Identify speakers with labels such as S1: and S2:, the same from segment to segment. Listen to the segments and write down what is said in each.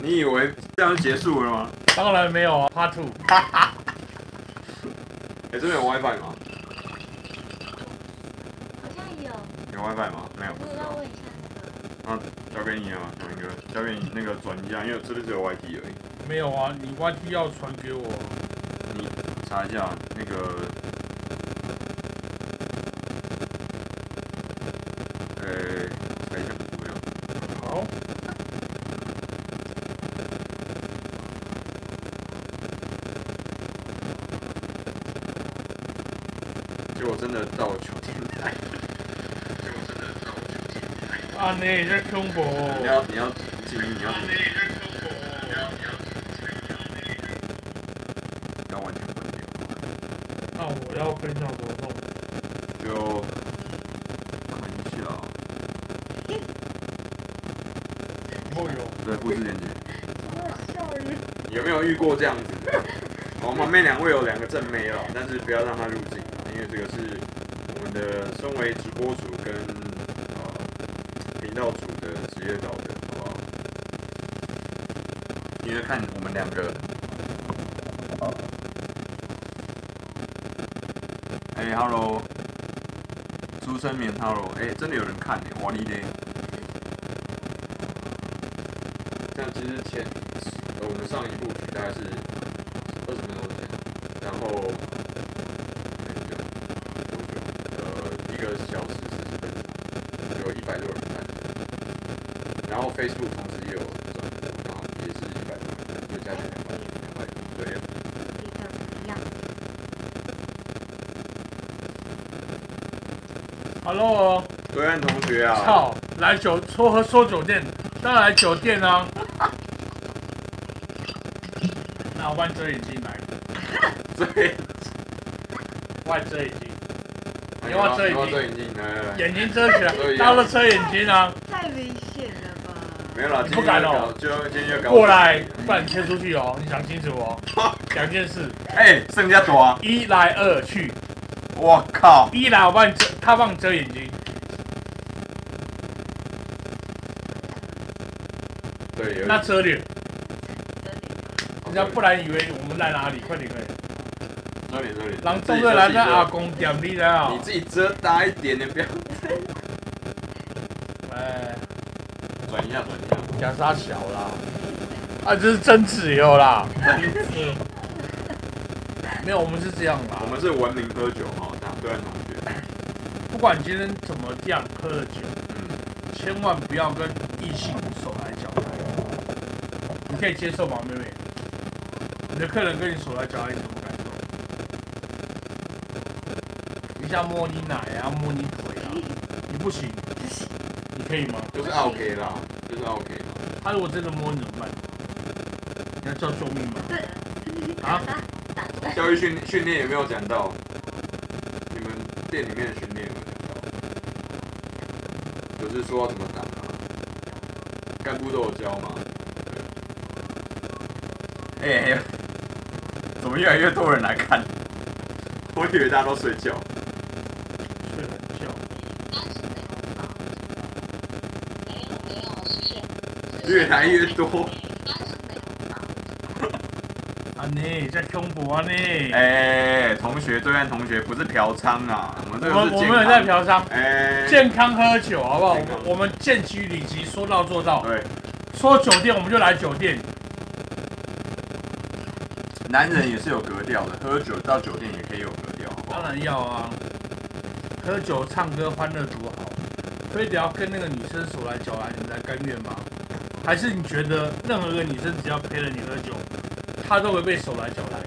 S1: 你以为这样就结束了吗？
S2: 当然没有啊，Part Two。
S1: 哎、这边有 WiFi 吗？
S3: 好像有，
S1: 有 WiFi 吗？没有，不
S3: 我
S1: 知
S3: 要
S1: 道。
S3: 问一下那个。
S1: 交给你了吗，小明哥？交给你那个转一下，因为这里只有 YT 而已。
S2: 没有啊，你 YT 要传给我，啊
S1: 查一下那个，呃、查一下有没有。
S2: 好，
S1: 结果真的到酒店来。结果真的到酒店来。
S2: 啊，你也在 Q
S1: 你
S2: 我，
S1: 要你要静音，你要你要完全关掉，
S2: 那我要分享活动，
S1: 就关一下、哦。
S2: 以后有，
S1: 对，复制链接。
S3: 笑晕。
S1: 有没有遇过这样子的？ 我们旁边两位有两个正妹了，但是不要让她入境，因为这个是我们的身为直播主跟呃频道主的职业道德，好不好？因为看我们两个，哎、h e l l o 出生棉 Hello，哎、真的有人看你、哇你嘞！像其实前呃我们上一部曲大概是二十分钟前，然后很久多久？呃，一个小时四十分钟，有一百多人看，然后 Facebook 同时也有转播，然后也是一百多人，就加起来两百两百多，对，
S2: 哈喽，
S1: 对岸同学啊，
S2: 哦操，来酒说喝说酒店，当然来酒店啊，那万遮眼镜来了，
S1: 对，
S2: 万遮眼镜，
S1: 哎
S2: 你要遮眼
S1: 你要
S2: 睛
S1: 遮眼睛，哎来来来，
S2: 眼睛遮起来
S1: 所，以啊
S2: 当然遮眼睛啊，
S3: 太明显了吧？
S1: 没有啦，
S2: 你
S1: 今
S2: 不
S1: 天要
S2: 敢
S1: 搞
S2: 哦，
S1: 就要今天要搞
S2: 过来，不然你切出去哦，你想清楚哦，两件事，
S1: 哎，剩下多啊，
S2: 一来二去，
S1: 我靠，
S2: 一来我帮你遮，他帮你遮眼睛，
S1: 对，有
S2: 那遮脸，人家
S1: 点
S2: 不然以为我们在哪里，快点快点。
S1: 这里这里，
S2: 人
S1: 自
S2: 总
S1: 己
S2: 是
S1: 遮
S2: 来
S1: 自己
S2: 在
S1: 遮
S2: 阿公店里了
S1: 你，自己遮大一点，你不要
S2: 哎，
S1: 转一下转一下。
S2: 假沙小啦，啊，这是真自由啦， 没有，我们是这样啦
S1: 我，们是文明喝酒哈，大对岸同学。
S2: 不管今天怎么样喝了酒，
S1: 嗯，
S2: 千万不要跟异性手来脚来，你可以接受吗，妹妹？你的客人跟你手来脚来，你什么感受？一下摸你奶啊，摸你腿啊，你不行，你可以吗？
S1: 就是 OK 啦，就是 OK 啦。
S2: 他如果真的摸你怎么办？你要叫救命吗？啊，
S1: 教育训训练有没有讲到？你们店里面的训练有没有讲到？就是说要怎么打啊？干部都有教吗？哎、怎么越来越多人来看？ 我以为大家都睡觉。
S2: 睡懒觉。
S1: 越来越多。
S2: 啊你在胸部啊你，
S1: 哎、同学，对岸同学不是嫖娼啊，我们这
S2: 我
S1: 个
S2: 们
S1: 是
S2: 我
S1: 健
S2: 们有
S1: 康
S2: 在嫖娼，
S1: 哎、
S2: 健康喝酒好不好？我
S1: 健康
S2: 们我们见机里急，说到做到。
S1: 哎对，
S2: 说酒店我们就来酒店，
S1: 男人也是有格调的，喝酒到酒店也可以有格调，好不
S2: 当
S1: 好？
S2: 然要啊。喝酒唱歌欢乐多好，非得要跟那个女生手来脚来，你才甘愿吗？还是你觉得任何一个女生只要陪着你喝酒，她都会被手来脚来？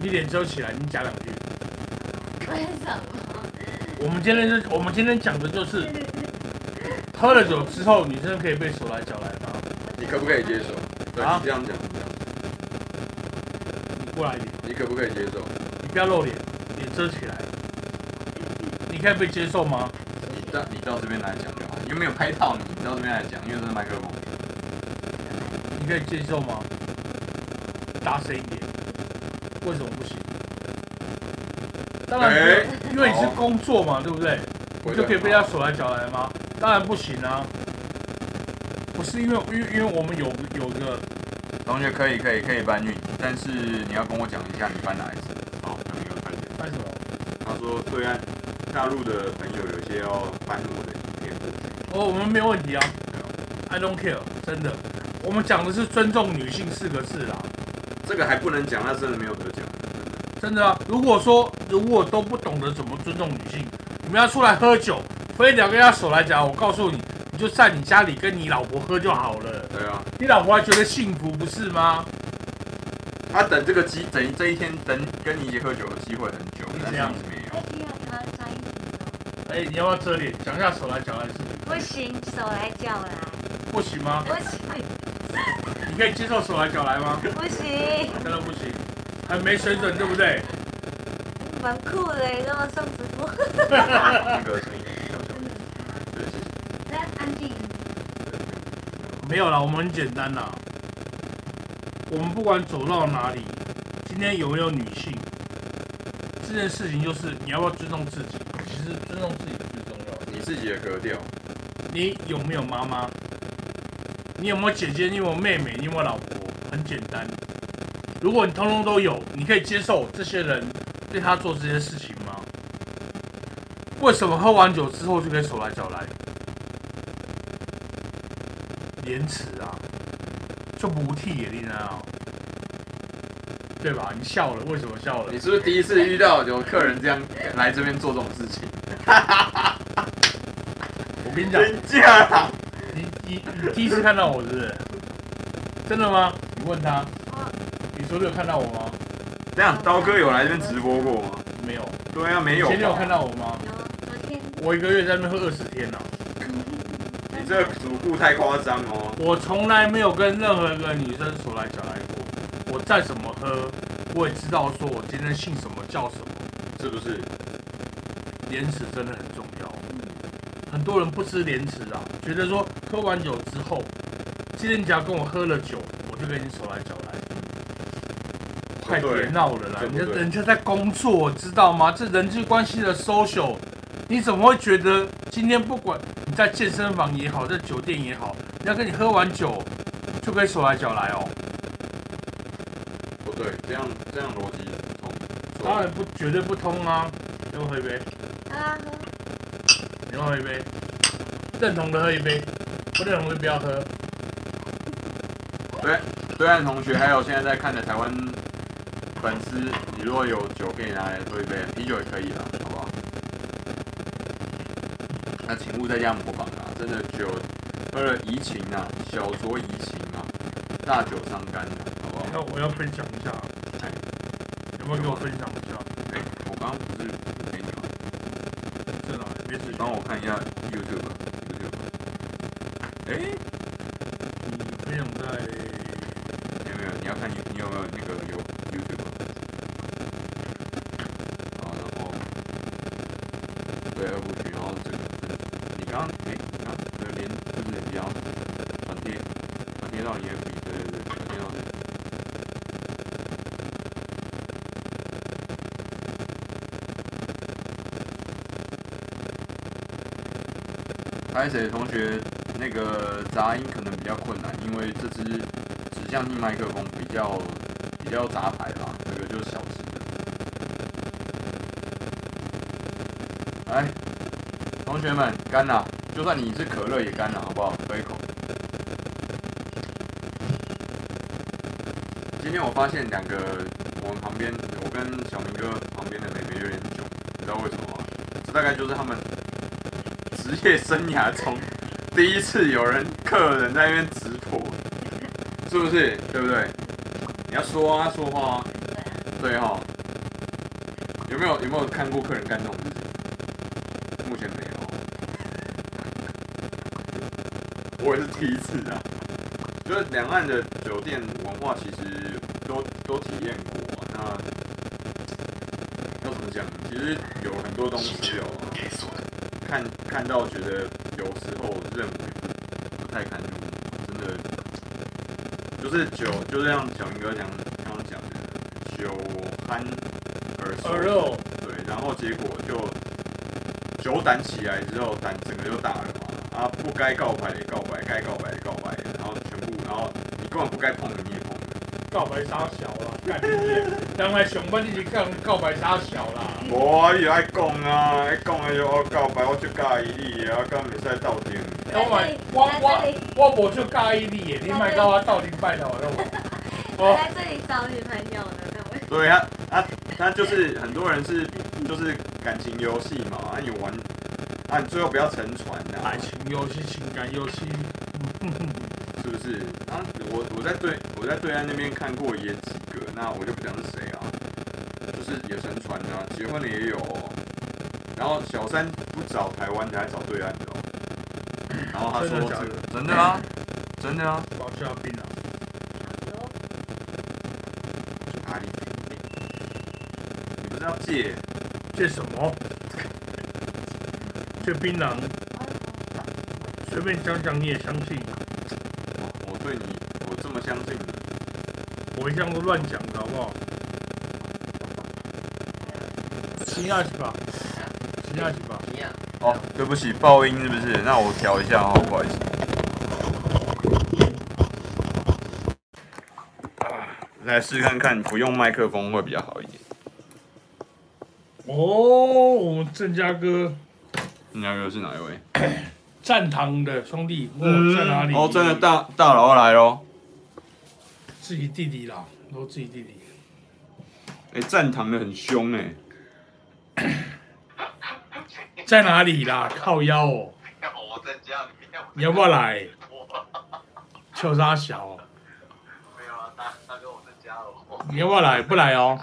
S2: 你脸遮起来，你讲两句。
S3: 为什么？
S2: 我们今天是，我们今天讲的就是喝了酒之后，女生可以被手来脚来吗？
S1: 你可不可以接受？对，
S2: 啊
S1: 你这样讲，你这样讲
S2: 你过来一点，
S1: 你可不可以接受？
S2: 你不要露脸，脸遮起来，你可以被接受吗？
S1: 你到你到这边来讲就好，有没有拍到你？你到这边来讲，因为这是麦克风。
S2: 你可以接受吗？大声一点，为什么不行？当然不
S1: 哎
S2: 是，因为你是工作嘛，对不对？你就可以被他手来脚来吗？当然不行啊！不是因为因为因为我们有有个
S1: 同学可以可以可以搬运，但是你要跟我讲一下你搬哪一只。
S4: 好，那你们快点。
S2: 干什么？
S4: 他说对岸大陆的朋友有些要搬我的影片过去，
S2: 哦，我们没有问题啊，I don't care，真的，我们讲的是尊重女性四个字啦，
S4: 这个还不能讲，那真的没有得讲。
S2: 真的啊。如果说如果都不懂得怎么尊重女性，你们要出来喝酒，非得要跟人家手来讲，我告诉你，你就在你家里跟你老婆喝就好了，
S4: 对啊，
S2: 你老婆还觉得幸福不是吗？
S1: 他等这个机，等这一天，等跟你一起喝酒的机会很久，但是一直没 有。
S5: 还是要他穿衣服。
S2: 哎、你要不要遮脸？讲一下手来脚来是
S5: 不行，手来脚来，
S2: 不行吗？
S5: 不行，
S2: 你可以接受手来脚来吗？
S5: 不行，
S2: 真的不行，很没水准，对不对？
S5: 蛮酷的，你这么送 直播。
S4: 那个声音小小的，对，谢谢。
S5: 那安静，
S2: 没有啦，我们很简单啦。我们不管走到哪里，今天有没有女性，这件事情就是你要不要尊重自己。其实尊重自己最重要的。
S6: 你自己的格调，
S2: 你有没有妈妈？你有没有姐姐？你有没有妹妹？你有没有老婆？很简单。如果你通通都有，你可以接受这些人对他做这些事情吗？为什么喝完酒之后就可以手来脚来？廉耻啊，就不替也令人啊，对吧？你笑了，为什么笑了
S6: 你？是不是第一次遇到有客人这样来这边做这种事情？
S2: 我跟你讲，
S1: 假啦！
S2: 你你你第一次看到我是不是？真的吗？你问他，
S3: 哦
S2: 你说你有看到我吗？
S4: 这样，刀哥有来这边直播过吗？
S2: 没有。
S4: 对啊，没有吧。
S2: 前天有看到我吗？
S5: 有昨天，
S2: 我一个月在那边喝二十天啊了、
S4: 你这个主顾太夸张哦。
S2: 我从来没有跟任何一个女生手来脚来过。我再怎么喝，我也知道说我今天姓什么叫什么。
S4: 是不是？
S2: 廉耻真的很重要。很多人不知廉耻啊，觉得说喝完酒之后，今天你只要跟我喝了酒，我就跟你手来脚来。快别闹了啦！
S4: 对
S2: 人家
S4: 对
S2: 人家在工作，知道吗？这人际关系的 social，你怎么会觉得今天不管你在健身房也好，在酒店也好，人家跟你喝完酒就可以手来脚来哦？
S6: 不对，这样这样逻辑通。
S2: 当然不，绝对不通啊！给我喝一杯，
S5: 啊，
S2: 你要喝一杯，认同的喝一杯，不认同的不要喝。
S1: 对岸同学，还有现在在看的台湾粉丝，你如果有酒可以拿来喝一杯，啤酒也可以啦，好不好？那请勿在家模仿啦，真的酒喝了怡情啊，小酌怡情啊，大酒伤肝啊，好不好？
S2: 那我要分享一下，
S1: 哎
S2: 有没有给我分享一下？
S1: 哎、我刚刚不是给你吗？
S2: 在哪里？别
S1: 你
S2: 指
S1: 帮我看一下 YouTube，YouTube，哎、
S2: 你分享在
S1: 有没有？你要看你你有没有那个有 YouTube？
S6: 好，然后对二部曲，然后这个
S1: 你刚刚哎，你刚刚有连就是比较转贴转贴到你的笔，对对对，转贴到你的笔。拍谁同学那个杂音可能比较困难，因为这只指向性麦克风比较比较杂牌吧，这个就是小只的。哎，同学们，干了，就算你是可乐也干了，好不好？喝一口。
S6: 今天我发现两个，我们旁边，我跟小明哥旁边的妹妹有点囧，你知道为什么吗？啊这大概就是他们职业生涯中 第一次有人客人在那边直播，是不是？对不对？你要说啊，说话啊，对哈、有没有有没有看过客人干这种事情？目前没有， 我也是第一次啊。就是两岸的酒店文化其实都都体验过、啊，那要怎么讲？其实有很多东西哦，看看到觉得有时候认为不太堪入目，真的就是酒，就像小明哥讲刚刚讲的，酒酣耳熟
S2: 二肉，
S6: 对，然后结果就酒胆起来之后，胆整个就大了嘛，啊，不该告白的告白，该告白的告白，
S4: 然后全部，然后你根本不该碰的你也碰了。
S2: 告白杀小啦，干你娘！人来上班你是干告白杀小啦，
S4: 无啊，伊爱讲啊，爱讲的就我告白，我最介意你啊，敢袂使斗阵。
S2: 我买我我我无就介意你耶，你卖甲我斗阵拜头了我。
S5: 我
S2: 哦，
S5: 来这里找女朋友的那位，
S4: 对啊，啊，他就是很多人是就是感情游戏嘛，啊你玩，啊你最后不要沉船啊呐、
S2: 爱情游戏、情感游戏，
S4: 是不是？啊我我在对我在对岸那边看过也几个，那我就不讲是谁啊，就是也沉船啊，结婚的也有、哦，然后小三不找台湾的，还找对岸的、哦，然后他
S2: 真
S4: 说
S2: 的假
S4: 这
S2: 的
S4: 个？
S1: 真的啊，真的啊，
S2: 搞笑病啊！
S4: 哪里？你不是要借？
S2: 这什么？这槟榔，随便讲讲你也相信，
S4: 我对你，我这么相信你。
S2: 我一向都乱讲的好不好？七二十吧，七二十吧。
S7: 一样。
S1: 哦，对不起，爆音是不是？那我调一下哦，不好意思。
S4: 来试看看，不用麦克风会比较好一点。
S2: 哦，我们郑家哥
S4: 你那个是哪一位？
S2: 战堂的兄弟，我
S1: 嗯
S2: 在哪里？
S4: 哦，真的大大佬来喽！
S2: 自己弟弟啦，都自己弟弟。
S4: 哎、站堂的很凶哎、
S2: 在哪里啦？靠腰哦，
S7: 我在家里面，
S2: 你要不要来？秋沙小，
S7: 没有啊，大大哥我在家了，我
S2: 你要不要来？不来哦。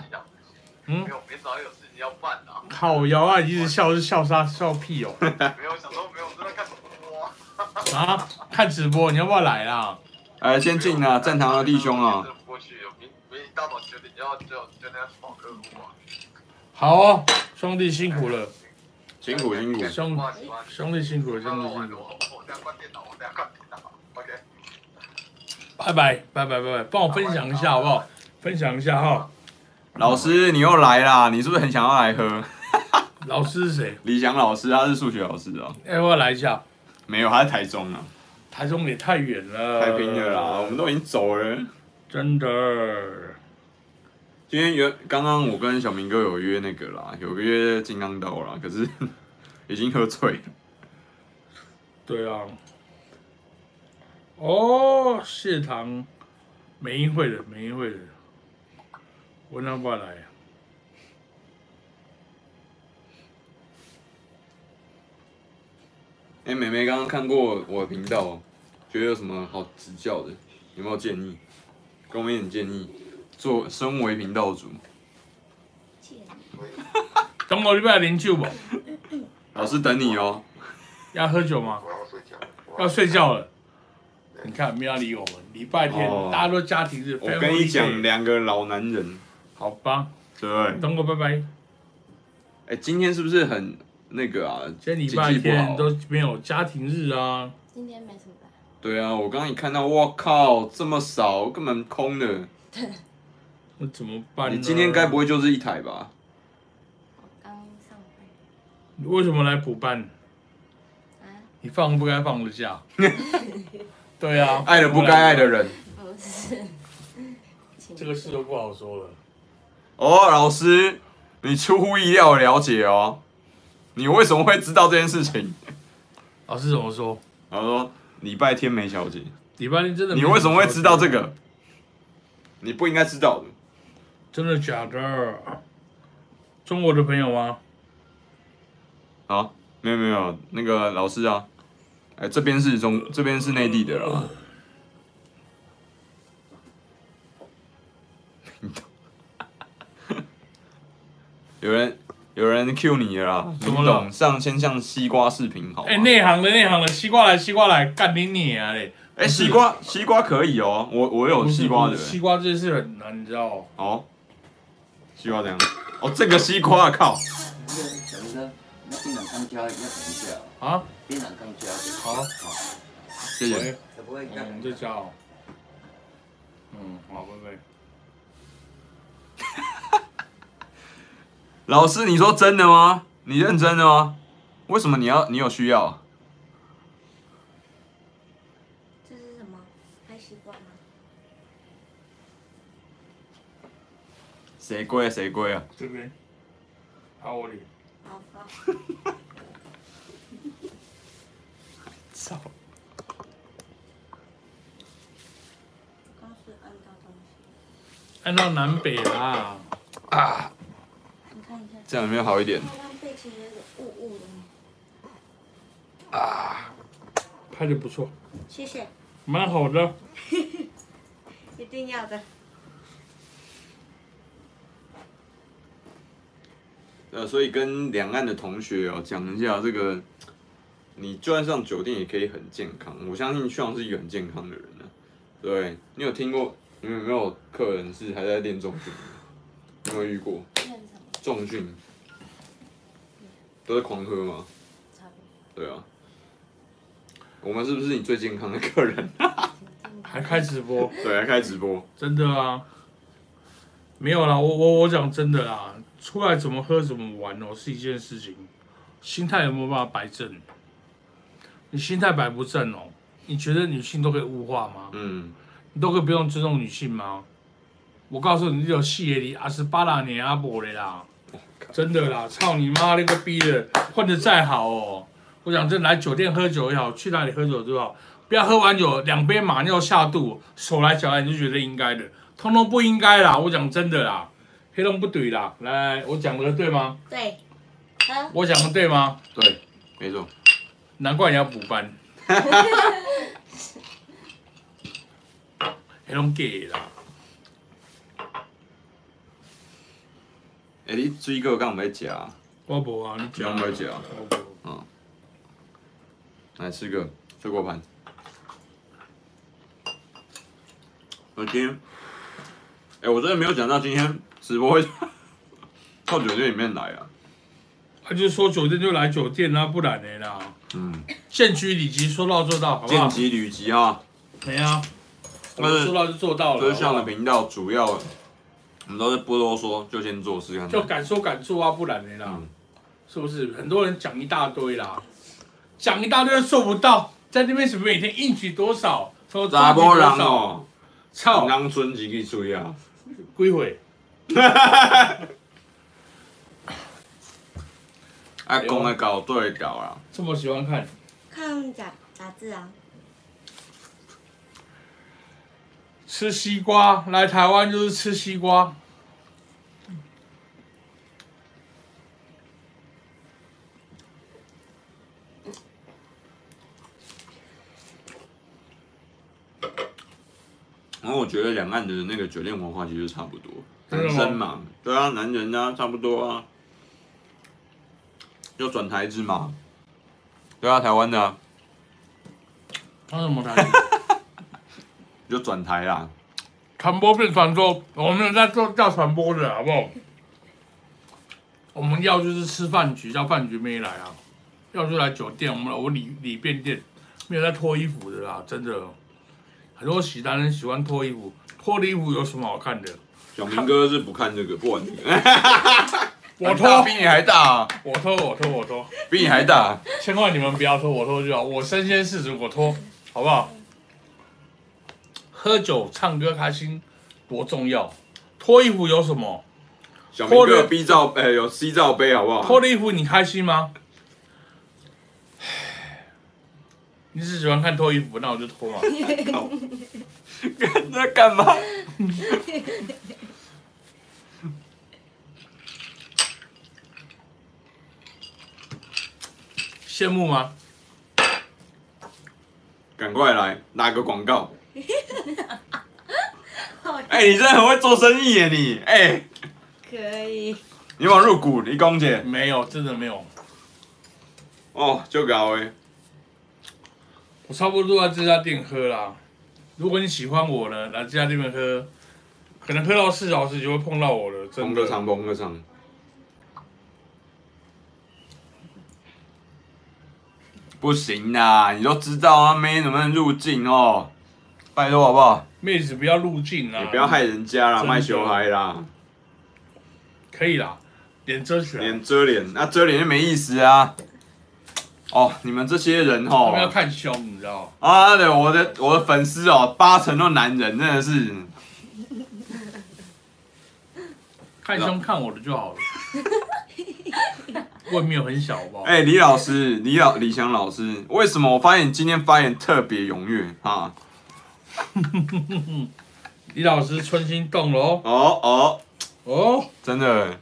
S2: 嗯
S7: 没，有，别找有事情要办啊。
S2: 靠腰啊！你一直笑是笑啥笑屁哦
S7: 没有，想说没有，我正在看直播。
S2: 啊！看直播，你要不要来啦？
S4: 哎，先进啊，站堂的弟兄啊，
S7: 不过去，明明一大早九点要就就那要跑客户啊。
S2: 好哦，兄弟辛苦了，
S4: 辛苦辛苦。
S2: 兄兄弟辛苦了，兄弟辛苦了，
S7: 我我等下关电脑，我等下关电脑。OK，
S2: 拜拜拜拜拜拜，帮我分享一下好不好？分享一下哈，
S1: 老师，你又来啦，你是不是很想要来喝？
S2: 老师是谁？
S1: 李翔老师，他是数学老师啊，
S2: 要不要来一下？
S1: 没有，他在台中啊，
S2: 台中也太远了，
S1: 太拼了啦，我们都已经走了。
S2: 真的。
S1: 今天有刚刚我跟小明哥有约那个啦，有约金刚刀啦，可是 已经喝醉了。
S2: 对啊。哦，谢堂，美英会的，美英会的，我让不来。
S1: 哎、妹妹刚刚看过我的频道，觉得有什么好指教的？有没有建议？给我们一点建议。做身为频道主，
S2: 等我礼拜零就吧。
S1: 老师等你哦、
S2: 要喝酒吗？
S7: 我要睡觉。
S2: 要睡觉了。你看，没有理我们。礼拜天、
S1: 哦
S2: 大家都家庭日，
S1: 我跟你
S2: family
S1: 讲，
S2: day，
S1: 两个老男人，
S2: 好吧。
S1: 对不对？
S2: 等我拜拜。
S1: 哎、今天是不是很那个啊？
S2: 今天礼
S1: 经
S2: 拜
S1: 济不好
S2: 天都没有家庭日啊。
S3: 今天没什么吧？
S1: 对啊，我刚刚一看到，我靠，这么少，根本空的。
S2: 那怎么办呢？
S1: 你今天该不会就是一台吧？
S3: 我刚上班
S2: 你为什么来补办？
S3: 啊，
S2: 你放不该放的假。 对啊，
S1: 爱了不该爱的人。
S3: 不是。
S2: 这个事都不好说了。
S1: 哦，老师，你出乎意料的了解哦。你为什么会知道这件事情？
S2: 老师怎啊么说？
S1: 然后说礼拜天梅小姐，
S2: 礼拜天真的？
S1: 你为什么会知
S2: 啊
S1: 道这？个？你不应该知道的。
S2: 真的假的？中国的朋友吗？
S1: 啊，没有没有，那个老师啊，哎，这边是中，这边是内地的啦。 有人有人 Q 你了啦，
S2: 怎
S1: 你
S2: 么了
S1: 懂上先向西瓜视频好吗？
S2: 哎、内行的内行的，西瓜来西瓜来，干你你啊嘞！
S1: 哎，西瓜西瓜可以哦，我我有
S2: 不是
S1: 西瓜
S2: 不
S1: 的
S2: 是西瓜这件事很难，你知道哦。
S1: 哦，西瓜怎样？哦，这个西瓜靠，
S7: 小明哥，那电脑刚交要等一下，
S2: 啊？
S7: 电脑刚交。
S2: 好，
S1: 谢谢。
S2: 喂，
S7: 这不会
S2: 我们就这样哦。嗯，好，拜拜。
S1: 老师，你说真的吗？你认真的吗？为什么你要你有需要？
S5: 这是什么？开始管吗？
S1: 谁贵啊谁贵啊？
S2: 这边，啊我脸，
S5: 好吧，
S1: 操！
S5: 刚是按到东西，
S2: 按到南北啊啦，
S5: 你看一下，
S1: 这样有没有好一点？
S5: 它刚背其实有点雾雾的，
S2: 拍的不错，
S5: 谢谢，
S2: 蛮好的。
S5: 一定要的。
S1: 呃，所以跟两岸的同学哦讲一下这个，你就算上酒店也可以很健康。我相信炫是一个很健康的人呢、对你有听过？你们有没有客人是还在练重训的？有没有遇过
S3: 练什么？
S1: 重训？都是狂喝吗？
S3: 差不
S1: 对啊。我们是不是你最健康的客人？
S3: 多。
S2: 还开直播，
S1: 对，还开直播，
S2: 真的啊？没有啦，我我我讲真的啦，出来怎么喝怎么玩哦，是一件事情，心态有没有办法摆正？你心态摆不正哦，你觉得女性都可以物化吗？
S1: 嗯，
S2: 你都可以不用尊重女性吗？我告诉你，你有戏也里啊阿斯巴拉尼阿伯的啦，真的啦，操你妈那个逼的，混的再好哦，我讲真，来酒店喝酒也好，去哪里喝酒都好，不要喝完酒两杯马尿下肚，手来脚来你就觉得应该的，通通不应该啦，我讲真的啦，黑龙不怼啦，来，我讲的对吗？
S5: 对，喝，
S2: 我讲的对吗？
S1: 对，没错。
S2: 难怪你要补班。黑龙 gay 啦。
S1: 哎、你追哥刚没夹啊，
S2: 我无啊，你讲
S1: 刚没夹啊，
S2: 我无
S1: 来吃个水果盘。我今天，哎、我真的没有想到今天直播会 到酒店里面来啊。
S2: 他就是说酒店就来酒店啦、不然的啦。
S1: 嗯，
S2: 县区里级说到做到，好不
S1: 见
S2: 好？
S1: 机旅集啊，
S2: 没啊，我
S1: 但
S2: 们
S1: 是
S2: 说到就做到了。
S1: 就是像
S2: 好
S1: 我
S2: 不
S1: 的
S2: 好
S1: 频道主要，我们都是不多说，就先做试看
S2: 就
S1: 看。
S2: 敢说敢做啊，不然的啦，
S1: 嗯
S2: 是不是？很多人讲一大堆啦，讲一大堆又做不到，在那边什么每天应取多少，说
S1: 查
S2: 多
S1: 甫人
S2: 少，
S1: 哦，
S2: 操，
S1: 人村自己吹啊。
S2: 归回。
S1: 啊，讲的搞对的搞啦，
S2: 这么喜欢看，
S5: 看打打字啊，
S2: 吃西瓜，来台湾就是吃西瓜。
S1: 然后我觉得两岸的那个酒店文化其实差不多，
S2: 真的
S1: 男
S2: 吗
S1: 生嘛，对啊，男人啊，差不多啊，就转台制嘛，对啊，台湾的、啊、
S2: 他什么台语？
S1: 就转台啦，
S2: 传播变传播，我们在做叫传播的好不好？我们要就是吃饭局，叫饭局妹来啊，要就来酒店，我们我里里便店没有在脱衣服的啦，真的，很多喜男人喜欢脱衣服，脱了衣服有什么好看的？
S1: 小明哥是不看这个，不玩这个，
S2: 我
S1: 很大
S2: 脱
S1: 比，你还大、啊，
S2: 我脱，我脱，我脱，
S1: 比你还大啊、
S2: 千万你们不要脱，我脱就好，我身先士卒，我脱，好不好？喝酒、唱歌、开心多重要，脱衣服有什么？
S1: 小明
S2: 脱
S1: 哥
S2: 了
S1: 有 B 罩，哎、有 C 罩杯好不好
S2: 脱？了衣服你开心吗？ 你只喜欢看脱衣服，那我就 脱嘛。啊
S1: 你在干嘛？
S2: 羡慕吗？
S1: 赶快来打个广告，
S5: 好，
S1: 哎、你真的很会做生意耶你，哎、
S5: 可以，
S1: 你往入股，你讲姐，
S2: 没有，真的没有。
S1: 哦，就搞哎、
S2: 我差不多在这家店喝啦。如果你喜欢我呢，来这家店喝，可能喝到四小时就会碰到我了。真
S1: 红歌
S2: 的，
S1: 唱，红歌唱。不行啦，你都知道啊，妹怎么能入境哦？拜托好不好？
S2: 妹子不要入境啊啦，
S1: 哎你不要害人家啦，
S2: 真的
S1: 卖小孩啦，
S2: 可以啦，脸遮起来。
S1: 啊脸遮脸，那、遮脸就没意思啊。啊哦，你们这些人
S2: 他们要
S1: 哦，
S2: 看胸，你知道吗？
S1: 啊，对，我的我的粉丝哦，八成都男人，真的是，
S2: 看胸看我的就 好了。我也没有很小，好不好？
S1: 哎、李老师，李老李翔老师，为什么我发现你今天发言特别踊跃啊？
S2: 李老师春心动了哦，
S1: 哦哦，
S2: 哦，
S1: 真的，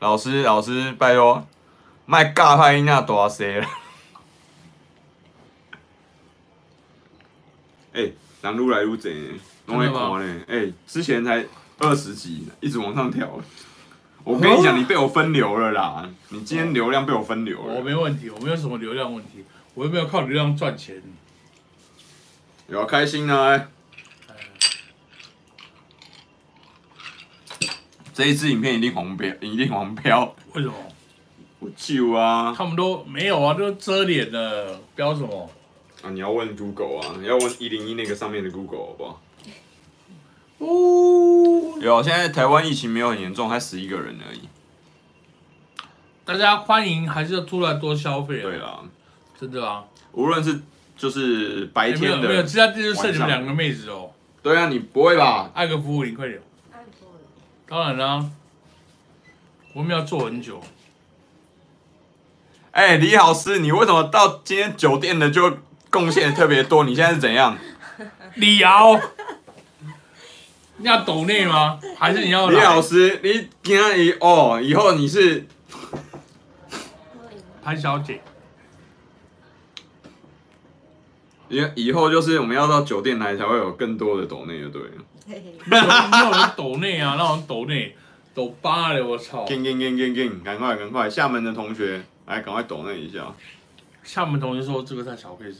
S1: 老师老师，拜托，卖尬拍音那多谁了？ 哎、人愈来愈侪呢，拢会
S2: 真的吗
S1: 看呢。哎、之前才二十集，一直往上跳。我跟你
S2: 哦
S1: 讲，你被我分流了啦！你今天流量被我分流
S2: 我
S1: 了。
S2: 哦没问题，我没有什么流量问题，我又没有靠流量赚钱。
S1: 有啊开心啊、哎这一支影片一定红标，一定黄标。
S2: 为什么？
S1: 我救啊！
S2: 他们都没有啊，都遮脸了，标什么？
S1: 啊，你要问 Google 啊，要问一零一那个上面的 Google 好不好？
S2: 哦，
S1: 有，啊现在台湾疫情没有很严重，才十一个人而已。
S2: 大家欢迎，还是要出来多消费。啊
S1: 对，啦，
S2: 真的啊。
S1: 无论是就是白
S2: 哎没有
S1: 天
S2: 没
S1: 的，
S2: 有，这家店就剩你们两个妹子哦。
S1: 对啊，你不会吧？
S2: 艾格服务你快点。
S3: 按过了，
S2: 当然啦、我们要做 很久。
S1: 哎、李老师，你为什么到今天酒店的就贡献特别多？你现在是怎样？
S2: 李瑶，你要抖内吗？还是你要
S1: 李老
S2: 来
S1: 师，你今天以哦，以后你是
S3: 我以为
S2: 潘小姐？
S1: 以以后就是我们要到酒店来才会有更多的抖内，就对了。
S3: 嘿嘿，
S2: 没有人抖内啊，让我们抖内抖八了，我操！
S1: 进进进进进，赶快赶快，厦门的同学来赶快抖内一下。
S2: 厦门同学说这个太小 case，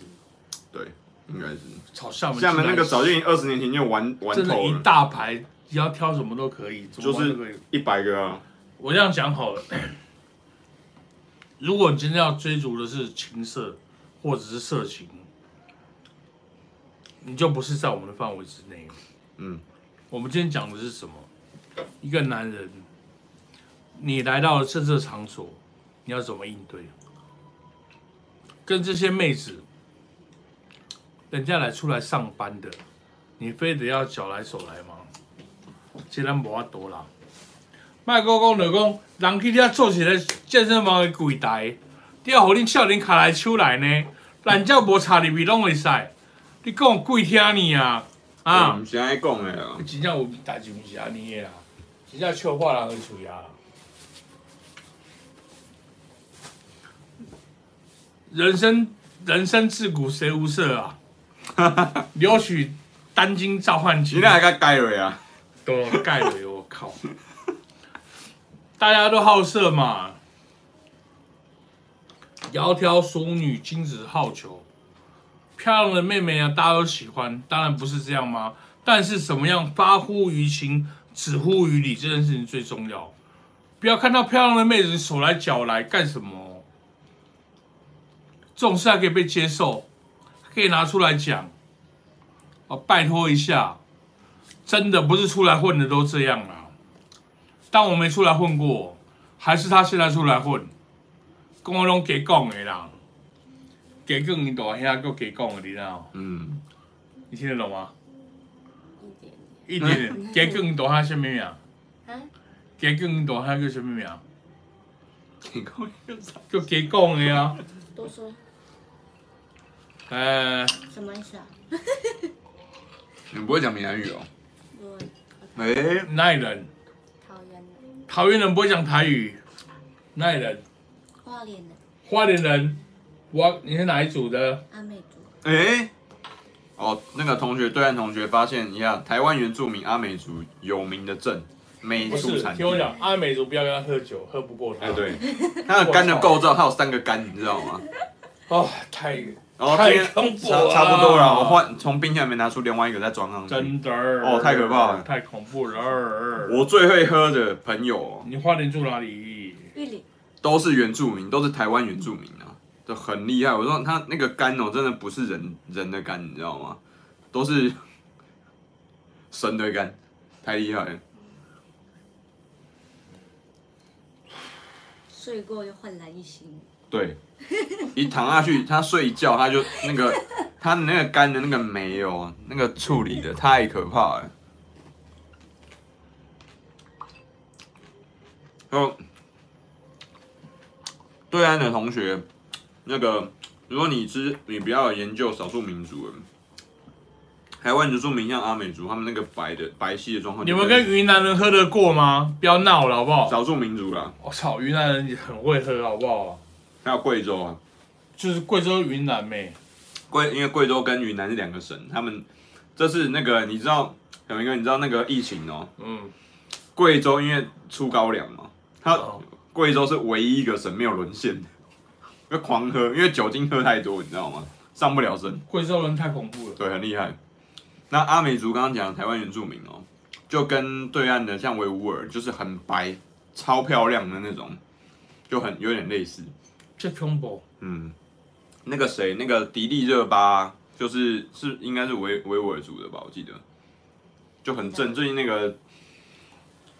S1: 对，应该是。
S2: 炒厦门。
S1: 厦门那个早就已经二十年前就玩玩
S2: 真的，
S1: 透
S2: 一
S1: 了，
S2: 大排，你要挑什么都可以，怎么
S1: 就
S2: 玩都可以
S1: 是一百个啊，
S2: 我这样讲好了。 如果你今天要追逐的是情色或者是色情，你就不是在我们的范围之内。
S1: 嗯，
S2: 我们今天讲的是什么？一个男人，你来到了色色场所，你要怎么应对？跟这些妹子，人家来出来上班的，你非得要脚来手来吗？既然无法度啦。卖讲讲就讲，人去遐做一个健身房的柜台，你要互恁少年卡来手来呢，咱只要无插入去拢会使。你讲有鬼听你啊！啊，
S1: 我们现在讲的啊，
S2: 真正有代志毋是安尼的啦，真正笑话人的喙啊。人生人生自古谁无色啊？留取丹津召唤
S1: 你
S2: 情，
S1: 那个盖瑞啊，
S2: 都盖了哟！我靠，大家都好色嘛，窈窕淑女，君子好逑。漂亮的妹妹啊，大家都喜欢，当然不是这样吗？但是怎么样发乎于情，止乎于理，这件事情最重要。不要看到漂亮的妹子手来脚来干什么？这种事还可以被接受，可以拿出来讲。哦，拜托一下，真的不是出来混的都这样啦。但我没出来混过，还是他现在出来混，跟我拢给讲的啦，给讲你大兄够给讲的，你知道吗？
S1: 嗯，
S2: 你听得懂吗？
S3: 一点点，
S2: 一点点，给更多他什么名？
S3: 啊，
S2: 给更多他叫什么名？啊
S1: 你讲那个啥
S2: 叫给讲的啊。
S3: 多说
S2: 呃，
S3: 什么意思啊？
S1: 你不会讲闽南语哦？
S3: 我
S1: 哎、
S2: 奈人，
S3: 桃园的，
S2: 桃园人不会讲台语，奈人，
S3: 花莲的，
S2: 花莲人，我你是哪一组的？
S3: 阿美族，
S1: 哎、哦，那个同学对岸同学发现一下，台湾原住民阿美族有名的镇美
S2: 不
S1: 术
S2: 是，
S1: 产
S2: 听我
S1: 地。
S2: 讲，阿美族不要跟他喝酒，喝不过他。
S1: 哎， 对，它的肝的构造，它有三个肝，你知道吗？
S2: 哦，太
S1: 然后今天
S2: 太恐怖
S1: 差
S2: 了
S1: 差不多了，我换从冰箱里面拿出另外一个再装上去。
S2: 真的
S1: 哦太可怕了
S2: 太恐怖了。
S1: 我最会喝的朋友、哦，
S2: 你花莲住哪里？
S3: 玉里，
S1: 都是原住民，都是台湾原住民啊，就很厉害。我说他那个肝哦，真的不是人人的肝，你知道吗？都是神的肝，太厉害了。
S3: 睡过又焕然一新，
S1: 对，一躺下去，他睡一觉，他就那个他那个肝的那个酶哦，那个处理的太可怕了。哦，对岸的同学，那个如果你知你不要研究少数民族人，台湾原住民像阿美族，他们那个白的白皙的状况，
S2: 你们跟云南人喝得过吗？不要闹了好不好？
S1: 少数民族啦，
S2: 我操，云南人也很会喝好不好？
S1: 还有贵州啊，
S2: 就是贵州云南妹，
S1: 贵，因为贵州跟云南是两个省，他们这是那个你知道，小明哥，你知道那个疫情哦，
S2: 嗯，
S1: 贵州因为出高粱嘛，它
S2: 哦
S1: 贵州是唯一一个省没有沦陷的，就狂喝，因为酒精喝太多，你知道吗？上不了身，
S2: 贵州人太恐怖了。
S1: 对，很厉害。那阿美族刚刚讲的台湾原住民哦，就跟对岸的像维吾尔，就是很白、超漂亮的那种，就很有点类似。
S2: 这 combo
S1: 嗯，那个谁，那个迪丽热巴，就是是应该是维维吾尔族的吧，我记得，就很正。最近那个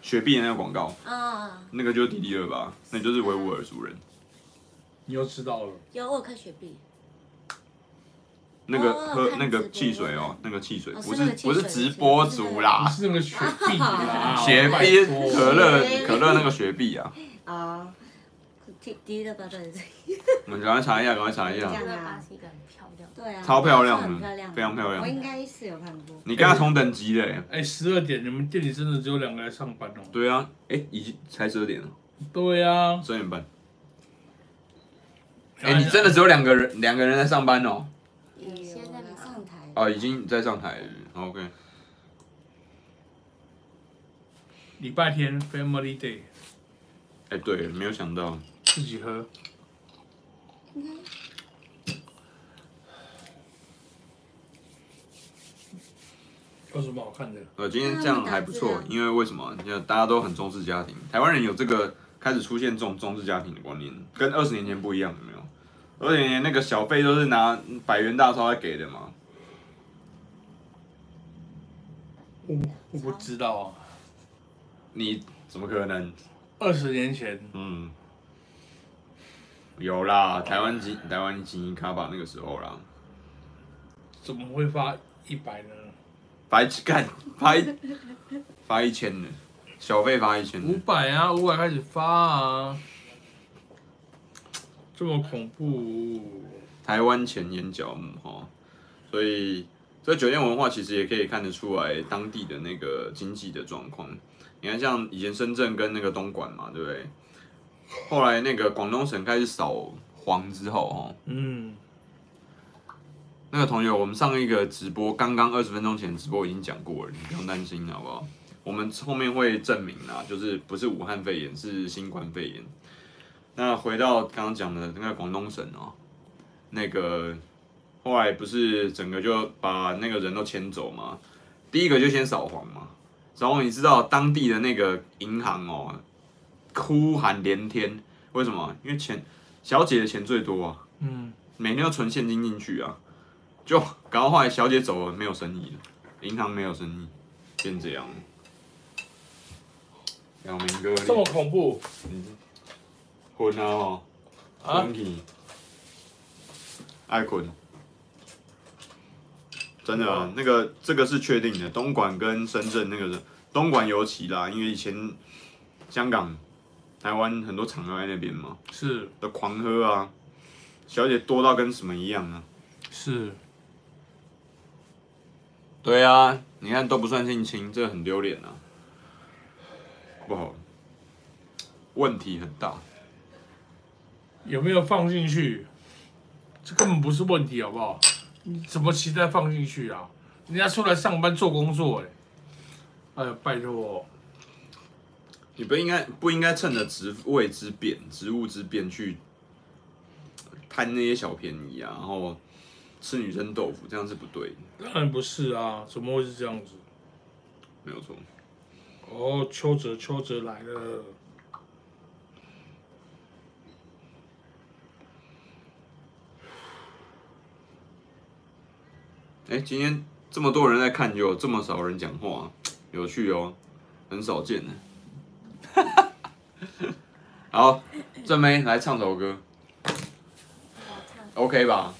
S1: 雪碧的那个广告，
S3: 啊，
S1: 那个就是迪丽热巴，那就是维吾尔族人。
S2: 你又知道了，
S3: 有我有看雪碧，
S1: 那个
S3: 哦
S1: 喝
S3: 看
S1: 那个
S3: 直播
S1: 汽水哦，那个汽水
S3: 哦
S1: 不
S3: 是那个汽
S1: 不是
S3: 水
S1: 直
S3: 是
S1: 播
S3: 那
S1: 族
S3: 个
S2: 你
S1: 啦，
S2: 是那个雪碧 啦，
S1: 雪
S2: 拜
S1: 碧
S2: 托
S1: 可乐
S3: 雪
S1: 可乐那个雪碧啊，
S3: 啊，第第一个吧，对
S1: 我们赶快查一下，赶快查一下
S3: 这，样
S8: 巴
S3: 啊
S8: 西一个很漂亮。
S3: 对啊，
S1: 超漂
S3: 是
S1: 亮
S3: 很
S1: 的
S3: 漂，亮，
S1: 非常漂
S3: 我
S1: 亮。
S3: 应该是有看过，
S1: 你跟他同等级的欸、
S2: 哎，十二点，你们店里真的只有两个来上班哦？
S1: 对啊，哎、已经才十二点了，
S2: 对呀，
S1: 十二点半。哎、你真的只有两个人，两个人在上班哦。
S3: 有啊
S8: 现在没有
S3: 上台
S1: 哦，已经在上台了。好 OK，
S2: 礼拜天 Family Day
S1: 哎、对，没有想到，
S2: 自己喝，有什么好看的？
S1: 呃，今天这样还不错，因为为什么？因为大家都很重视家庭，台湾人有这个开始出现这种重视家庭的观念，跟二十年前不一样，有没有？二十年前那个小费都是拿百元大钞来给的嘛，
S2: 我我不知道啊，
S1: 你怎么可能？
S2: 二十年前
S1: 嗯，有啦，台湾金台湾金卡巴那个时候啦，
S2: 怎么会发一百呢？
S1: 罚一干罚一罚一千的，小费罚一千的
S2: 五。百啊，五百开始发啊，这么恐怖。
S1: 台湾前眼角膜哈，所以这酒店文化其实也可以看得出来当地的那个经济的状况。你看，像以前深圳跟那个东莞嘛，对不对？后来那个广东省开始扫黄之后，哈，
S2: 嗯，
S1: 那个同学，我们上一个直播刚刚二十分钟前直播已经讲过了，你不用担心，好不好？我们后面会证明啦，就是不是武汉肺炎，是新冠肺炎。那回到刚刚讲的那个广东省哦，那个后来不是整个就把那个人都迁走嘛？第一个就先扫黄嘛，然后你知道当地的那个银行哦，哭喊连天，为什么？因为钱小姐的钱最多啊，
S2: 嗯，
S1: 每天要存现金进去啊，就搞到后来小姐走了，没有生意了，银行没有生意，变这样。小明哥，
S2: 这么恐怖
S1: 困啊哦，
S2: 啊
S1: 困！去，爱困。真的啊，那个这个是确定的，东莞跟深圳那个人，东莞尤其啦，因为以前香港、台湾很多厂都在那边嘛，
S2: 是
S1: 都狂喝啊，小姐多到跟什么一样啊。
S2: 是，
S1: 对啊，你看都不算性侵，这很丢脸啊，不好，问题很大。
S2: 有没有放进去？这根本不是问题，好不好？你怎么期待放进去啊？人家出来上班做工作、欸，哎，呦，拜托，
S1: 你不应该不应该趁着职位之便、职务之便去贪那些小便宜啊，然后吃女生豆腐，这样是不对的，
S2: 当然不是啊，怎么会是这样子？
S1: 没有错。
S2: 哦，邱泽，邱泽来了，
S1: 哎，今天这么多人在看，有这么少人讲话，啊有趣哦，很少见呢。 好，正妹来唱首歌， OK 吧？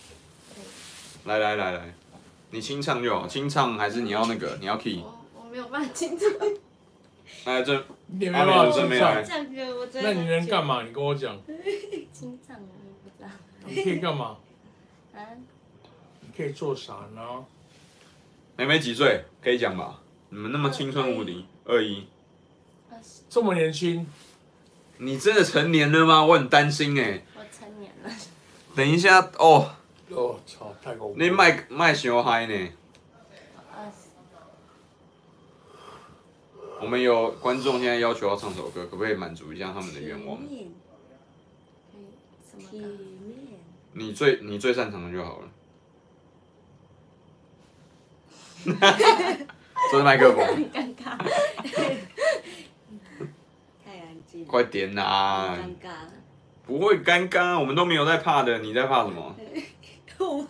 S1: 来来来来，你清唱就好，清唱还是你要那个你要 key？
S8: 我我没有办法 清楚
S1: 哎，这
S2: 你也没
S1: 阿
S2: 办
S1: 美
S2: 法
S1: 人真没来，，
S2: 清唱
S8: 唱歌，我真的
S2: 那你能干
S8: 嘛？
S2: 嘛？你跟我讲，
S3: 心脏我也不知道
S2: 你可以干嘛？
S3: 啊，
S2: 你可以做啥呢？
S1: 妹妹几岁？可以讲吧？你们那么青春无敌，二一，
S3: 二十，
S2: 这么年轻，
S1: 你真的成年了吗？我很担心哎、
S3: 我成年了，
S1: 等一下哦，
S2: 哦操，太恐怖了！
S1: 你卖卖熊嗨呢？
S3: 二十，
S1: 我们有观众现在要求要唱首歌，可不可以满足一下他们的
S3: 体
S1: 愿望？
S3: 面，
S8: 可以什么
S3: 体
S8: 歌？
S3: 面，
S1: 你最你最擅长的就好 了。这是麦克风，
S3: 很尴 尬，太安静了，
S1: 快点啦、
S3: 很尴尬，
S1: 不会尴尬，我们都没有在怕的，你在怕什么？
S3: 我们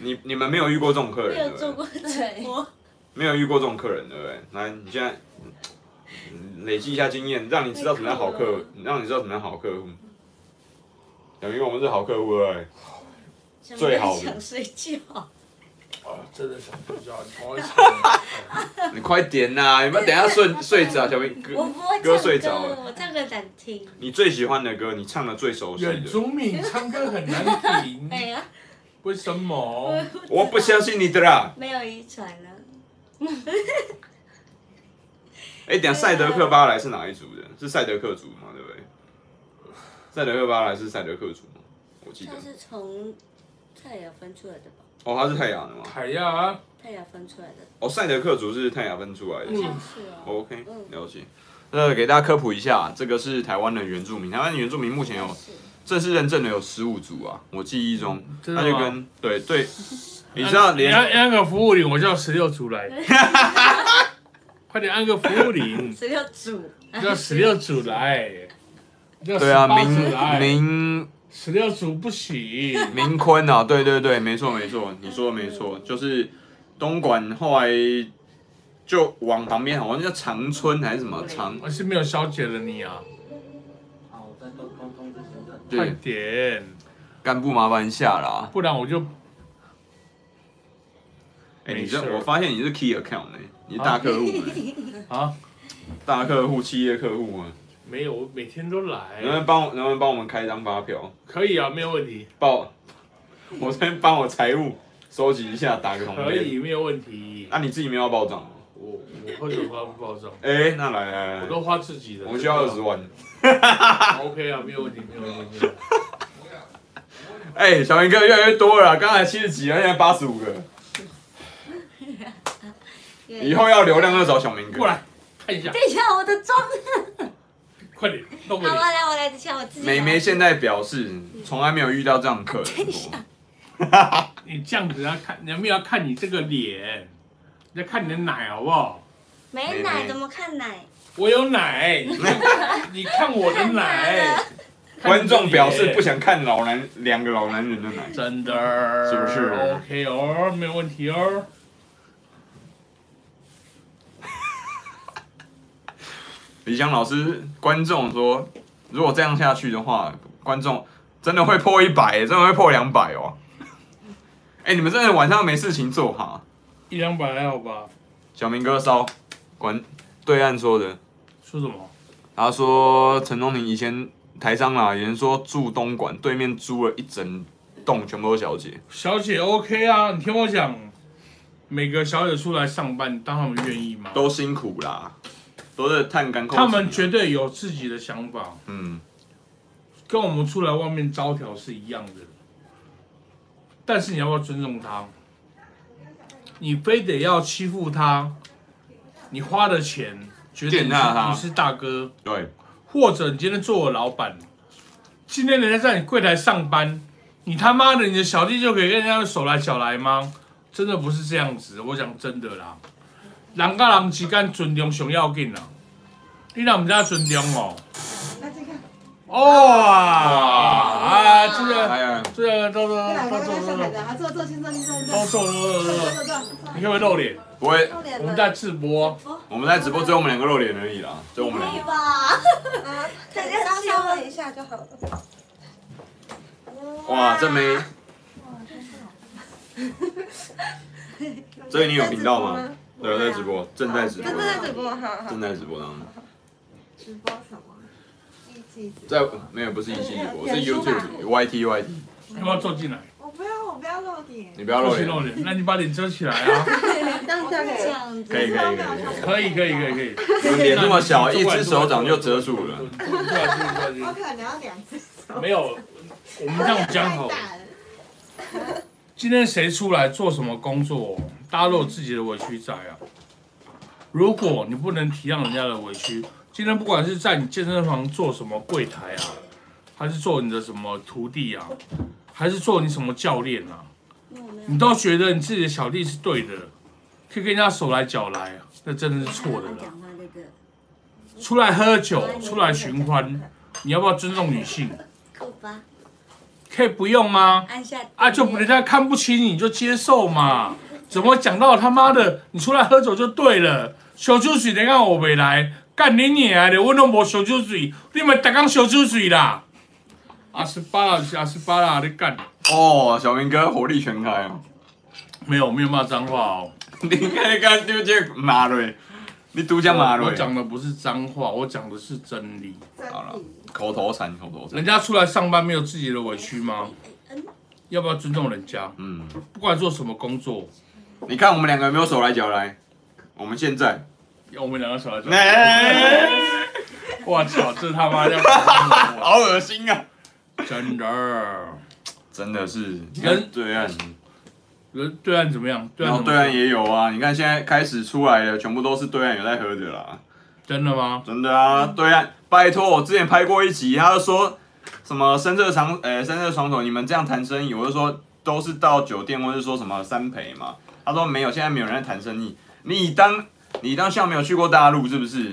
S1: 你你们没有遇过这种客人，
S3: 没有
S1: 对
S3: 做
S1: 不对？
S3: 过直播，
S1: 没有遇过这种客人，对不对？来，你现在嗯累积一下经验，让你知道什么样好客，让你知道什么样好客户。等于我们是好客户，对不对？最好的
S3: 想睡觉，
S2: 啊，真的想睡觉，你赶快起来
S1: 你快点呐、你们等一下 睡睡着，小明
S3: 我
S1: 哥，
S3: 不会
S1: 歌
S3: 唱
S1: 睡着了
S3: 歌，我唱歌难听，
S1: 你最喜欢的歌，你唱的最熟悉
S2: 远
S1: 的，
S2: 祖敏唱歌很难听，
S3: 哎呀，
S2: 为什么？
S1: 我不相信你的啦！
S3: 没有遗传了，
S1: 哎、等一
S3: 啊
S1: 下塞德克巴莱是哪一族的？是塞德克族嘛，对不对？塞德克巴莱是塞德克族吗？我记得
S3: 它。是从太阳分出来的吧？
S1: 哦，他是泰雅的吗？
S2: 凯亚啊，
S3: 太阳分出来的，
S1: 哦，塞德克族是泰雅分出来的。
S3: 好像是哦。
S1: OK，
S3: 嗯
S1: 了解。那给大家科普一下，这个是台湾的原住民，台湾的原住民目前有
S3: 是
S1: 正式认证的有十五族啊，我记忆中，
S2: 真的
S1: 那
S2: 吗
S1: 就跟对对，你知道连
S2: 按按个服务铃，我叫十六组 来，快点按个服务铃，
S3: 只有煮，
S2: 叫十六组来，叫
S1: 对啊，
S2: 18组
S1: 明
S2: 来，
S1: 明
S2: 十六组不行，
S1: 明坤啊，对对对，没错没错，你说的没错，就是东莞后来就往旁边好像叫长春还是什么长，
S2: 我是没有小姐了你啊，
S9: 好，我在东东东之行政。
S2: 快
S1: 对，
S2: 点，
S1: 干部麻烦一下啦。
S2: 不然我就
S1: 哎、
S2: 没
S1: 你这
S2: 事
S1: 我发现你是 key account 哎、你是大客户哎、
S2: 啊
S1: 大客户企业客户啊，
S2: 没有，我每天都
S1: 能不能
S2: 来，
S1: 帮我能不能帮我们开一张发票？
S2: 可以啊，没有问题，
S1: 报， 我这边帮我财务收集一下，打个红
S2: 可
S1: 杯。
S2: 以，没有问题
S1: 那、，你自己没有要报账吗？
S2: 我我喝酒花不暴躁，
S1: 哎、那来来
S2: 我
S1: 来，
S2: 都花自己的，
S1: 我们需要二十万。
S2: ，OK 啊，没有问题，没有问题。
S1: 哎、小明哥越来越多了啦，刚才七十几，现在八十五个，以后要流量就找小明哥。
S2: 过来看一下，
S3: 等一下，我 的妆。
S2: 快点弄给
S3: 好，我
S2: 你。
S3: 来，我来，等一下我自己来。
S1: 美眉现在表示，从来没有遇到这样的客人过。
S2: 你这样子要看，人家没有要看你这个脸，要看你的奶好不好？
S3: 没奶，怎么看奶？
S2: 我有奶，你看你看我的奶。
S1: 观众表示不
S2: 想，
S1: 想看老男两个老男人的奶。
S2: 真的，
S1: 是不是
S2: ？OK 哦，没有问题哦。
S1: 李翔老师，观众说，如果这样下去的话，观众真的会破一百，真的会破两百哦。 哎、你们真的晚上没事情做哈？
S2: 一两百还好吧？
S1: 小明哥烧，管对岸说的，
S2: 说什么？
S1: 他说陈东宁以前台商啦，有人说住东莞，对面租了一整栋，全部都小姐。
S2: 小姐 OK 啊，你听我讲，每个小姐出来上班，当他们愿意吗？
S1: 都辛苦啦，都是探干空气。
S2: 他们绝对有自己的想法。
S1: 嗯，
S2: 跟我们出来外面招条是一样的，但是你要不要尊重他？你非得要欺负他，你花的钱觉得
S1: 践
S2: 你
S1: 踏他
S2: 是你是大哥，
S1: 对，
S2: 或者你今天做我老板，今天人家在你柜台上班，你他妈的你的小弟就可以跟人家手来脚来吗？真的不是这样子，我讲真的啦，人跟人之间尊重上要紧啦，你让我们家尊重哦。
S9: 那这个，
S2: 哦啊，这个
S1: 哎呀，
S2: 这个都都
S9: 来来
S2: 都
S9: 来，上来
S2: 都
S9: 的，啊，坐坐，先坐，先坐，先坐，
S2: 都
S9: 坐
S2: 瘦都
S9: 坐
S2: 都
S9: 坐坐。
S2: 你可不可以露脸？
S1: 不会，
S3: 露脸
S2: 我们在直播，
S1: 我们在直播只有我们两个露脸而已啦，只有我们两
S3: 可以
S1: 个。
S3: 吧？
S5: 啊，
S3: 大家
S5: 稍微一下就好了。
S1: 哇，这没所以你有频道吗？
S3: 在直播吗
S1: 对，我在直播，正在直播，
S3: 正在直播，好好
S1: 正。在直播当中，
S3: 直播什么？
S8: 一起直
S1: 在没有不是一期直播，是
S3: 脸书吧
S1: YouTube YT YT，
S2: 要不要坐进来？
S9: 我不要，我不要露点。
S1: 你不要露
S2: 不行
S1: 脸，
S2: 露脸，那你把脸遮起来啊！
S3: 当这样子。
S1: 可以可以可以可以，
S2: 可以可以可以可以。
S1: 你们脸这么小，一只手掌就遮住了。
S2: 坐过来。坐过来坐过来坐过
S9: 我
S2: 来
S9: 可能要两只手。
S2: 没有，我们这样讲好了。
S9: 大了。
S2: 今天谁出来做什么工作，大家都有自己的委屈在啊。如果你不能体谅人家的委屈，今天不管是在你健身房做什么柜台啊，还是做你的什么徒弟啊，还是做你什么教练啊，
S3: 我没有
S2: 你都觉得你自己的小弟是对的，可以跟人家手来脚来啊，那真的是错的啦。
S3: 讲话那个
S2: 出来喝酒，出来寻欢，你要不要尊重女性？
S3: 酷吧，
S2: 可以不用吗？
S3: 按下订阅
S2: 啊，就不人家看不起你，你就接受嘛。怎么讲到他妈的，你出来喝酒就对了。小酒水，你看我没来，干你娘的，我都无小酒水，你们大刚小酒水啦。阿十八啦，阿十八啦，你干
S1: 哦，小明哥火力全开哦！
S2: 没有没有骂脏话哦，
S1: 你看刚丢这马瑞，你独家马
S2: 我
S1: 瑞，
S2: 讲的不是脏话，我讲的是真理。
S1: 好了，口头禅，口头禅
S2: 人，家出来上班没有自己的委屈吗？
S3: 嗯，
S2: 要不要尊重人家？
S1: 嗯。
S2: 不管做什么工作，
S1: 你看我们两个有没有手来脚来？我们现在，
S2: 要我们两个小 孩子。
S1: 哎，
S2: 我操，这他妈要搞
S1: 好恶心啊！
S2: 我真的。
S1: 真的是，你
S2: 跟
S1: 看对岸，
S2: 呃，对岸怎么样？对
S1: 然
S2: 岸
S1: 后
S2: 怎么
S1: 对
S2: 样
S1: 岸也有啊。你看现在开始出来的，全部都是对岸有在喝的啦。
S2: 真的吗？
S1: 真的啊，对岸，拜托，我之前拍过一集，他就说什么深圳长，呃，深圳爽手，你们这样谈生意，我就说都是到酒店或是说什么三陪嘛。他说没有，现在没有人在谈生意。你当你当像没有去过大陆是不是？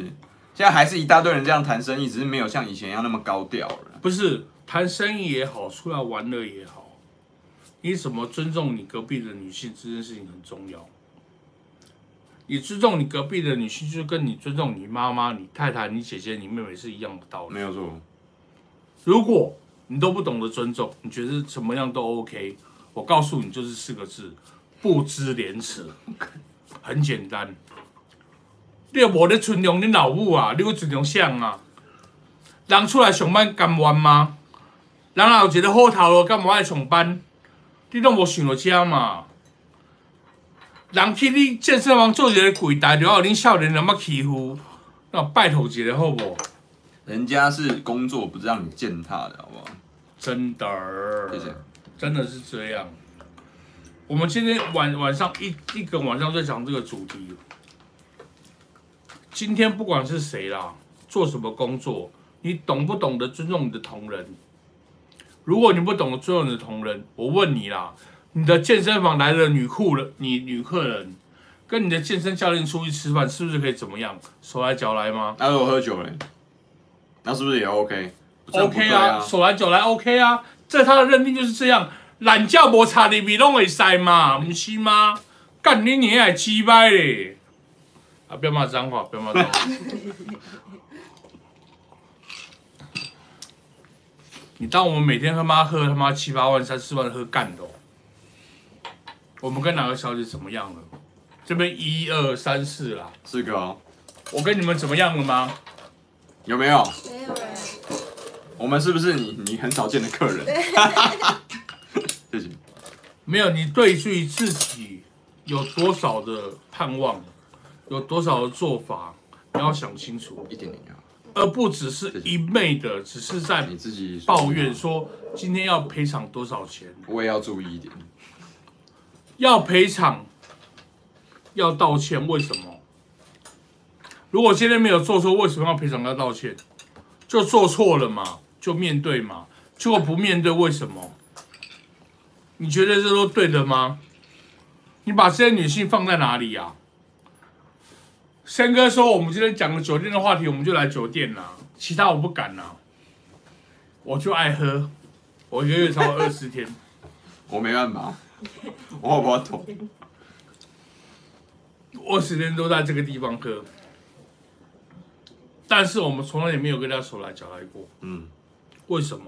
S1: 现在还是一大堆人这样谈生意，只是没有像以前一样那么高调了。
S2: 不是，谈生意也好，出来玩乐也好，你怎么尊重你隔壁的女性这件事情很重要。你尊重你隔壁的女性，就跟你尊重你妈妈、你太太、你姐姐、你妹妹是一样的道理
S1: 没。有错，
S2: 如果你都不懂得尊重，你觉得什么样都 OK，我告诉你，就是四个字：不知廉耻。很简单，你也无咧尊重你老母啊，你要尊重谁啊？人出来上班甘愿吗？人若有一个好头路，甘愿爱上班？你拢无想到遮嘛？人去你健身房做一个柜台，然后恁少年人要欺负，那拜托一个好无？
S1: 人家是工作，不是让你践踏的，好不好？
S2: 真的儿，
S1: 谢谢。
S2: 真的是这样。我们今天晚晚上一一个晚上在讲这个主题。今天不管是谁啦，做什么工作，你懂不懂得尊重你的同仁？如果你不懂得尊重你的同仁，我问你啦，你的健身房来的女客人，你女客人跟你的健身教练出去吃饭，是不是可以怎么样？手来脚来吗
S1: 那如果喝酒嘞，那是不是也 OK？这样不对
S2: ？OK 啊，手来脚来 OK 啊，在他的认定就是这样。懒觉无差你比拢会使嘛，不是吗？干你娘还鸡掰嘞！啊，不要骂脏话，不要 骂脏话。你当我们每天他妈喝他妈七八万、三四万喝干的、哦，我们跟哪个小姐怎么样了？这边一二三四啦，
S1: 四个哦，
S2: 我跟你们怎么样了吗？
S1: 有没有？
S8: 没有欸人，
S1: 我们是不是你你很少见的客 人？谢谢。
S2: 没有，你对于自己有多少的盼望，有多少的做法，你要想清楚，
S1: 一点点就好。
S2: 而不只是一昧的，只是在
S1: 你自己
S2: 抱怨，说今天要赔偿多少钱，
S1: 我也要注意一点。
S2: 要赔偿，要道歉，为什么？如果今天没有做错，为什么要赔偿要道歉？就做错了嘛，就面对嘛。结果不面对，为什么？你觉得这都对的吗？你把这些女性放在哪里呀、啊？森哥说，我们今天讲了酒店的话题，我们就来酒店啦、其他我不敢啦、我就爱喝，我一个月超过二十天。
S1: 我没办 法，我好不好懂？
S2: 二十天都在这个地方喝，但是我们从来也没有跟他手来脚来过。
S1: 嗯，
S2: 为什么？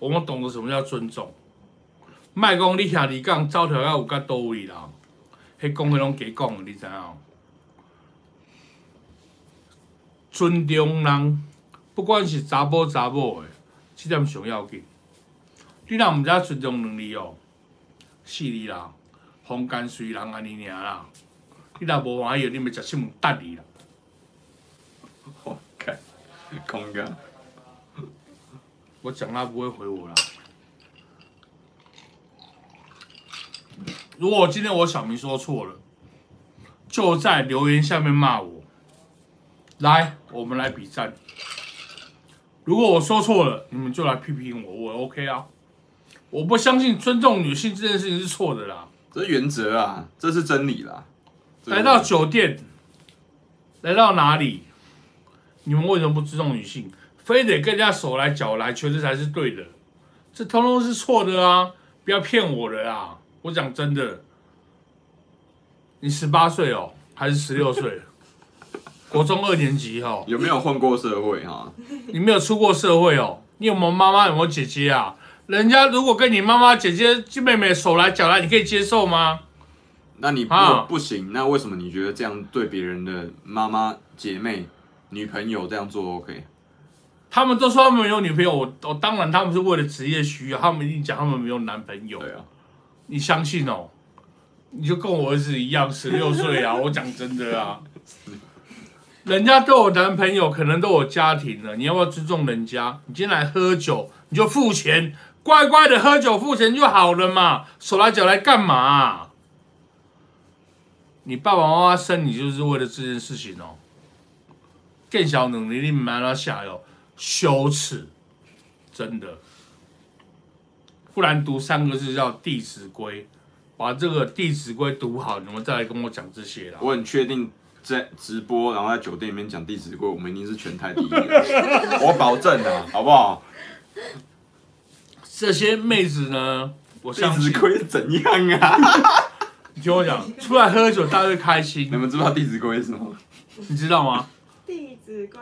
S2: 我们懂得什么叫尊重，莫讲你兄弟讲走条到有甲倒位啦，迄讲迄拢假讲的，你知影？尊重人，不管是查甫查某的，即点上要紧。你若毋知影尊重两字哦，死你啦！风干随人安尼尔啦，你若无欢喜，你咪食新闻等你啦。
S1: 我看，空哥，
S2: 我讲他不会回我啦。如果今天我小明说错了，就在留言下面骂我。来，我们来比战。如果我说错了，你们就来批评我，我 OK 啊。我不相信尊重女性这件事情是错的啦。
S1: 这是原则啊，这是真理啦。这个
S2: 来到酒店，来到哪里，你们为什么不尊重女性？非得跟人家手来脚来，觉得才是对的，这通通是错的啊！不要骗我了啦！我讲真的，你十八岁哦，还是十六岁？ 国中二年级哦，
S1: 有没有混过社会哈？
S2: 你没有出过社会哦，你有没有妈妈，有没有姐姐啊？人家如果跟你妈妈、姐姐、妹妹手来脚来，你可以接受吗？
S1: 那你不
S2: 啊
S1: 不行，那为什么你觉得这样对别人的妈妈、姐妹、女朋友这样做 OK？
S2: 他们都说他们没有女朋友，我我当然他们是为了职业需要，他们一定讲他们没有男朋友。
S1: 对啊，
S2: 你相信哦？你就跟我儿子一样，十六岁啊！我讲真的啊，人家都有男朋友，可能都有家庭了，你要不要尊重人家？你今天来喝酒，你就付钱，乖乖的喝酒付钱就好了嘛，手来脚来干嘛啊、你爸爸妈妈生你就是为了这件事情哦，更小能力你蛮到下哟，羞耻，真的。不然读三个字叫《弟子规》，把这个《弟子规》读好，你们再来跟我讲这些啦。
S1: 我很确定在直播，然后在酒店里面讲《弟子规》，我们一定是全台第一 个，我保证啊，好不好？
S2: 这些妹子呢，我
S1: 《
S2: 相
S1: 弟
S2: 信
S1: 子规》怎样啊？
S2: 你听我讲，出来喝酒大家会开心
S1: 你，们知不知道《弟子规》是什么？
S2: 你知道吗？
S9: 弟子规，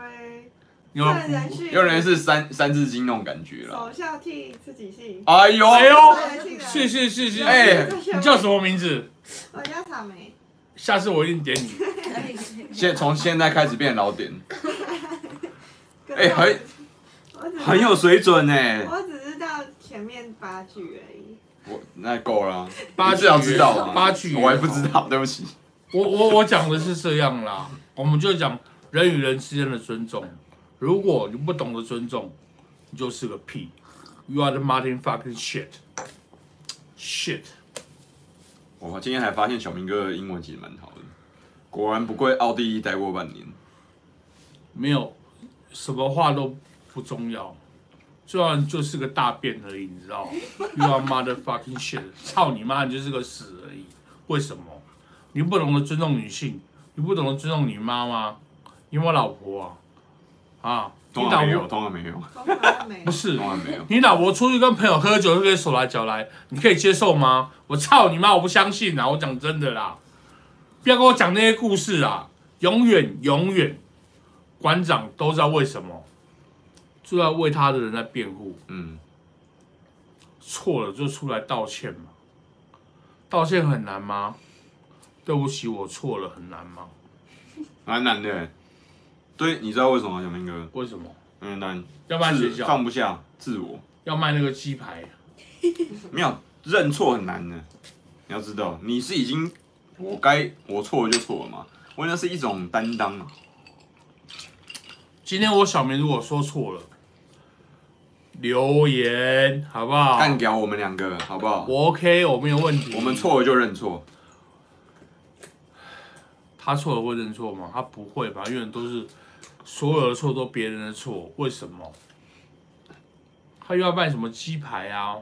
S2: 你有
S9: 圣人训，
S1: 有人是三三字经那种感觉啦。
S9: 首孝悌，次己信。
S1: 哎呦
S2: 哎呦
S9: 信
S2: 是
S9: 人
S2: 是是是，
S1: 哎
S2: 你叫什么名字？
S9: 我叫草莓。
S2: 下次我一定点你。
S3: 嗯
S1: 现从现在开始变老点，
S9: 跟
S1: 哎很
S9: 我只是
S1: 很有水准呢、
S9: 我只知道前面八句而已。
S1: 我那够了啊，
S2: 八
S1: 你至少
S2: 句
S1: 知道嘛
S2: 八句
S1: 我还不知道，对不起。
S2: 我我我讲的是这样啦，我们就讲人与人之间的尊重。如果你不懂得尊重，你就是个屁。You are the Martin fucking shit shit。
S1: 我今天还发现小明哥的英文其实蛮好的，果然不愧奥地利待过半年。
S2: 没有什么话都不重要，重要你就是个大便而已，你知道吗 ？You are motherfucking shit！操你妈，你就是个屎而已。为什么？你不懂得尊重女性，你不懂得尊重你妈妈，你有没有老婆啊？啊，你
S1: 通
S2: 老
S1: 常没有，
S2: 婆
S1: 通常没有，
S9: 通常没
S2: 不是
S1: 通常没有。
S2: 你老婆出去跟朋友喝酒就可以手来脚来，你可以接受吗？我操你妈！我不相信啊！我讲真的啦，不要跟我讲那些故事啊！永远永远，馆长都知道为什么，就要为他的人在辩护，
S1: 嗯，
S2: 错了就出来道歉嘛。道歉很难吗？对不起，我错了很难吗？
S1: 蛮难的欸。对，你知道为什么吗小明哥？
S2: 为什么？
S1: 嗯，难，
S2: 要不然学
S1: 自
S2: 校
S1: 放不下自我，
S2: 要卖那个鸡排，
S1: 没有认错很难的。你要知道，你是已经我该我错了就错了嘛，我那是一种担当啊嘛。
S2: 今天我小明如果说错了，留言好不好？
S1: 干掉我们两个，好不好？
S2: 我 OK，我没有问题。
S1: 我们，错了就认错。
S2: 他错了会认错吗？他不会吧，永远都是所有的错都别人的错，为什么？他又要卖什么鸡排啊？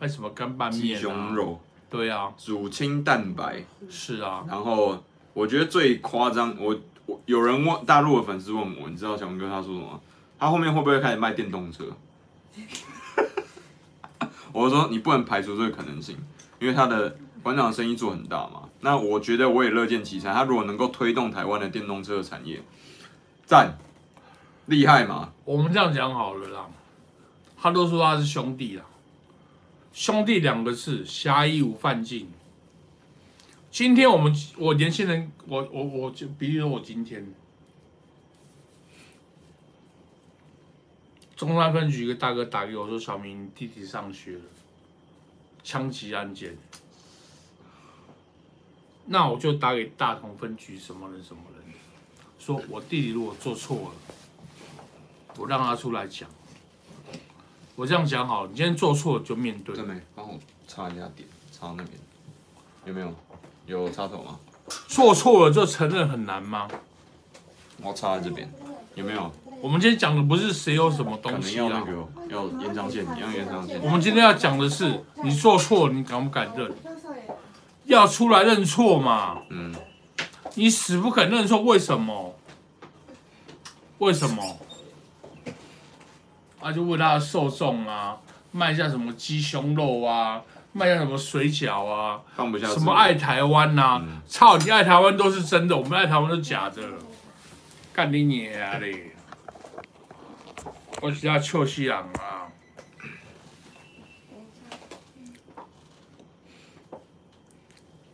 S2: 卖什么干拌
S1: 鸡
S2: 面、啊？
S1: 胸？肉、
S2: 对啊，
S1: 乳清蛋白，
S2: 是啊，
S1: 然后我觉得最夸张，我我有人问大陆的粉丝问我，你知道小文哥他说什么吗？他后面会不会开始卖电动车？ 我说你不能排除这个可能性，因为他的馆长的生意做很大嘛。那我觉得我也乐见其成，他如果能够推动台湾的电动车的产业，赞，厉害嘛？
S2: 我们这样讲好了啦。他都说他是兄弟啦，兄弟两个字，侠义无犯禁。今天我们我年轻人，我我我就比如说我今天，中山分局一个大哥打给我说，小明你弟弟上学了，枪击案件。那我就打给大同分局什么人什么人，说我弟弟如果做错了，我让他出来讲。我这样讲好了，你今天做错了就面对。
S1: 真没帮我插一下点，插到那边有没有？有插头吗？
S2: 做错了就承认很难吗？
S1: 我插在这边有没有？
S2: 我们今天讲的不是谁有什么
S1: 可
S2: 东
S1: 能
S2: 西
S1: 要那
S2: 啊，
S1: 个哦要延长线，你要延长线
S2: 我。们今天要讲的是你做错了，你敢不敢认？
S9: 教授也
S2: 要出来认错嘛！
S1: 嗯，
S2: 你死不肯认错，为什么？为什么？啊，就为他的受众啊，卖一下什么鸡胸肉啊，卖一下什么水饺啊，
S1: 放不下
S2: 什
S1: 自
S2: 么
S1: 我
S2: 爱台湾呐、
S1: 嗯
S2: 操你爱台湾都是真的，我们爱台湾都是假的，干你娘嘞！我是要笑死人啊！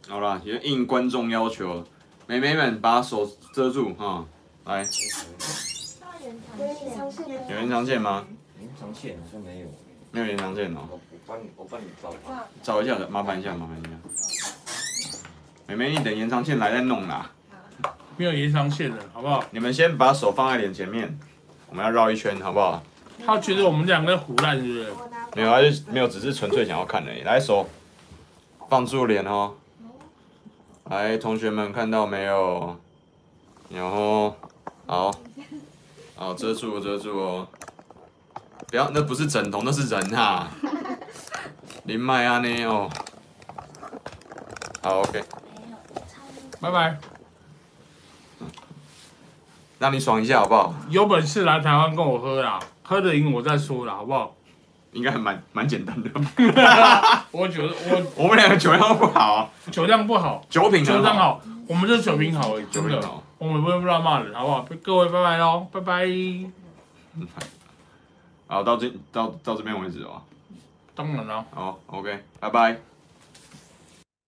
S1: 好啦，也应观众要求，妹妹们把手遮住哈，来，有延长线吗？
S10: 延长线好像没有，
S1: 没有延长线哦，
S10: 我我帮你我帮你找。
S1: 找一下，麻烦一下，麻烦一下。妹妹，你等延长线来再弄啦。
S2: 没有延长线的好不好？
S1: 你们先把手放在脸前面，我们要绕一圈，好不好？
S2: 他觉得我们两个胡乱是不是？
S9: 我拿
S1: 没有，他就没有，只是纯粹想要看而已。来，手放住脸哦。来，同学们看到没有？然后，好，好遮住哦遮住哦。不要，那不是枕头，那是人哈、啊。林麦阿呢哦。好，OK，
S2: 拜拜，
S1: 让你爽一下好不好？
S2: 有本事来台湾跟我喝啦，喝得赢我再说啦，好不好？
S1: 应该还蛮蛮简单的。
S2: 我酒我
S1: 我们两个酒量不好，
S2: 酒量不好，
S1: 酒品
S2: 酒
S1: 很
S2: 量
S1: 好，
S2: 好，我们就酒品好而已，
S1: 酒
S2: 真
S1: 品
S2: 的。
S1: 好。
S2: 我们不会不知道骂人，好不好？各位拜拜喽，拜拜。
S1: 好，到这到到这边为止哦。
S2: 当然啦、
S1: 好，OK，拜拜。